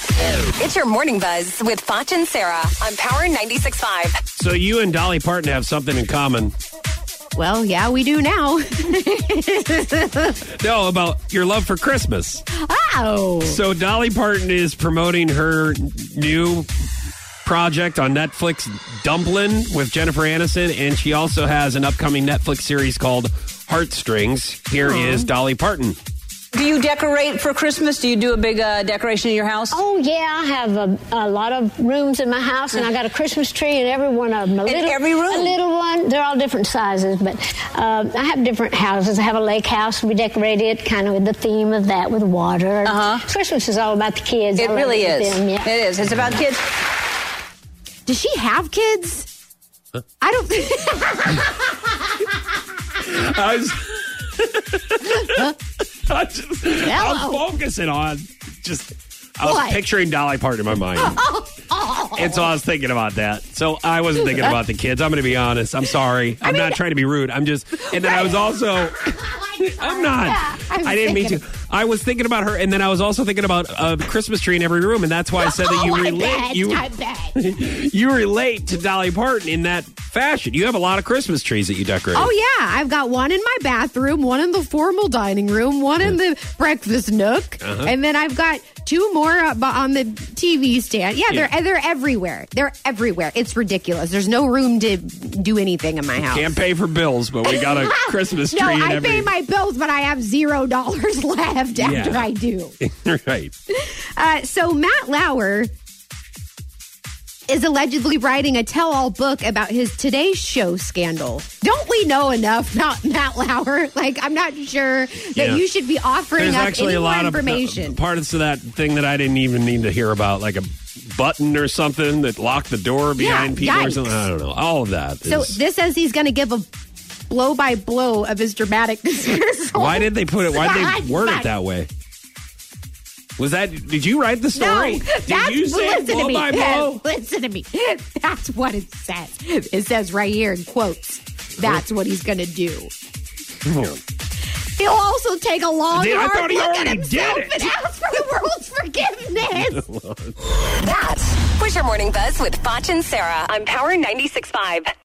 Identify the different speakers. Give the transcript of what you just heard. Speaker 1: It's your morning buzz with Foch and Sarah on Power 96.5.
Speaker 2: So you and Dolly Parton have something in common.
Speaker 3: Well, yeah, we do now.
Speaker 2: No, about your love for Christmas.
Speaker 3: oh.
Speaker 2: So Dolly Parton is promoting her new project on Netflix, Dumplin' with Jennifer Aniston, and she also has an upcoming Netflix series called Heartstrings. Here is Dolly Parton.
Speaker 4: Do you decorate for Christmas? Do you do a big uh, decoration in your house?
Speaker 5: Oh yeah, I have a, a lot of rooms in my house, and I got a Christmas tree in every one of them. A
Speaker 4: In every room?
Speaker 5: a little one. They're all different sizes, but um, I have different houses. I have a lake house. We decorate it kind of with the theme of that, with water.
Speaker 4: Uh-huh.
Speaker 5: Christmas is all about the kids. I
Speaker 4: it
Speaker 5: love
Speaker 4: really
Speaker 5: with
Speaker 4: is.
Speaker 5: them, yeah.
Speaker 4: It is. It's about kids.
Speaker 3: Does she have kids? I don't.
Speaker 2: I was, I just, I'm
Speaker 3: Hello.
Speaker 2: focusing on just. I was
Speaker 3: What? Oh.
Speaker 2: picturing Dolly Parton in my mind. And so I was thinking about that. So I wasn't thinking about the kids. I'm going to be honest. I'm sorry. I'm not trying to be rude. I'm just. And then I was also. I'm not.
Speaker 3: Yeah, I was
Speaker 2: I didn't mean to.
Speaker 3: thinking-
Speaker 2: I was thinking about her, and then I was also thinking about a Christmas tree in every room, and that's why I said that you
Speaker 3: oh, I
Speaker 2: relate.
Speaker 3: bet.
Speaker 2: You
Speaker 3: I bet.
Speaker 2: you relate to Dolly Parton in that fashion. You have a lot of Christmas trees that you decorate.
Speaker 3: Oh yeah, I've got one in my bathroom, one in the formal dining room, one in the breakfast nook,
Speaker 2: Uh-huh.
Speaker 3: and then I've got two more up bo- on the TV stand. Yeah,
Speaker 2: Yeah.
Speaker 3: they're they're everywhere. They're everywhere. It's ridiculous. There's no room to do anything in my house.
Speaker 2: Can't pay for bills, but we got a Christmas tree
Speaker 3: no,
Speaker 2: in
Speaker 3: I
Speaker 2: every.
Speaker 3: pay my bills, but I have zero dollars left after
Speaker 2: Yeah.
Speaker 3: I do.
Speaker 2: right.
Speaker 3: Uh, so Matt Lauer is allegedly writing a tell-all book about his Today Show scandal. Don't we know enough about Matt Lauer? Like, I'm not sure that
Speaker 2: Yeah.
Speaker 3: you should be offering
Speaker 2: There's
Speaker 3: up
Speaker 2: actually
Speaker 3: any
Speaker 2: a lot
Speaker 3: more
Speaker 2: of
Speaker 3: information.
Speaker 2: uh, parts of that thing that I didn't even need to hear about, like a button or something that locked the door behind people or
Speaker 3: yikes.
Speaker 2: something. I don't know. All of that.
Speaker 3: so
Speaker 2: is-
Speaker 3: this says he's going to give a blow-by-blow of his dramatic dismissal.
Speaker 2: why did they put it? Why did
Speaker 3: I'm
Speaker 2: they word it
Speaker 3: not-
Speaker 2: that way? Was that? Did you write the
Speaker 3: No,
Speaker 2: story?
Speaker 3: that's
Speaker 2: did you say
Speaker 3: listen to
Speaker 2: blow
Speaker 3: me.
Speaker 2: by blow?
Speaker 3: Listen to me. That's what it says. It says right here in quotes. That's what he's going to do. He'll also take a long,
Speaker 2: Dude, I
Speaker 3: hard
Speaker 2: thought he
Speaker 3: look
Speaker 2: already
Speaker 3: at
Speaker 2: did
Speaker 3: himself
Speaker 2: it.
Speaker 3: and ask for the world's forgiveness.
Speaker 1: That was your morning buzz with Foch and Sarah on Power 96.5.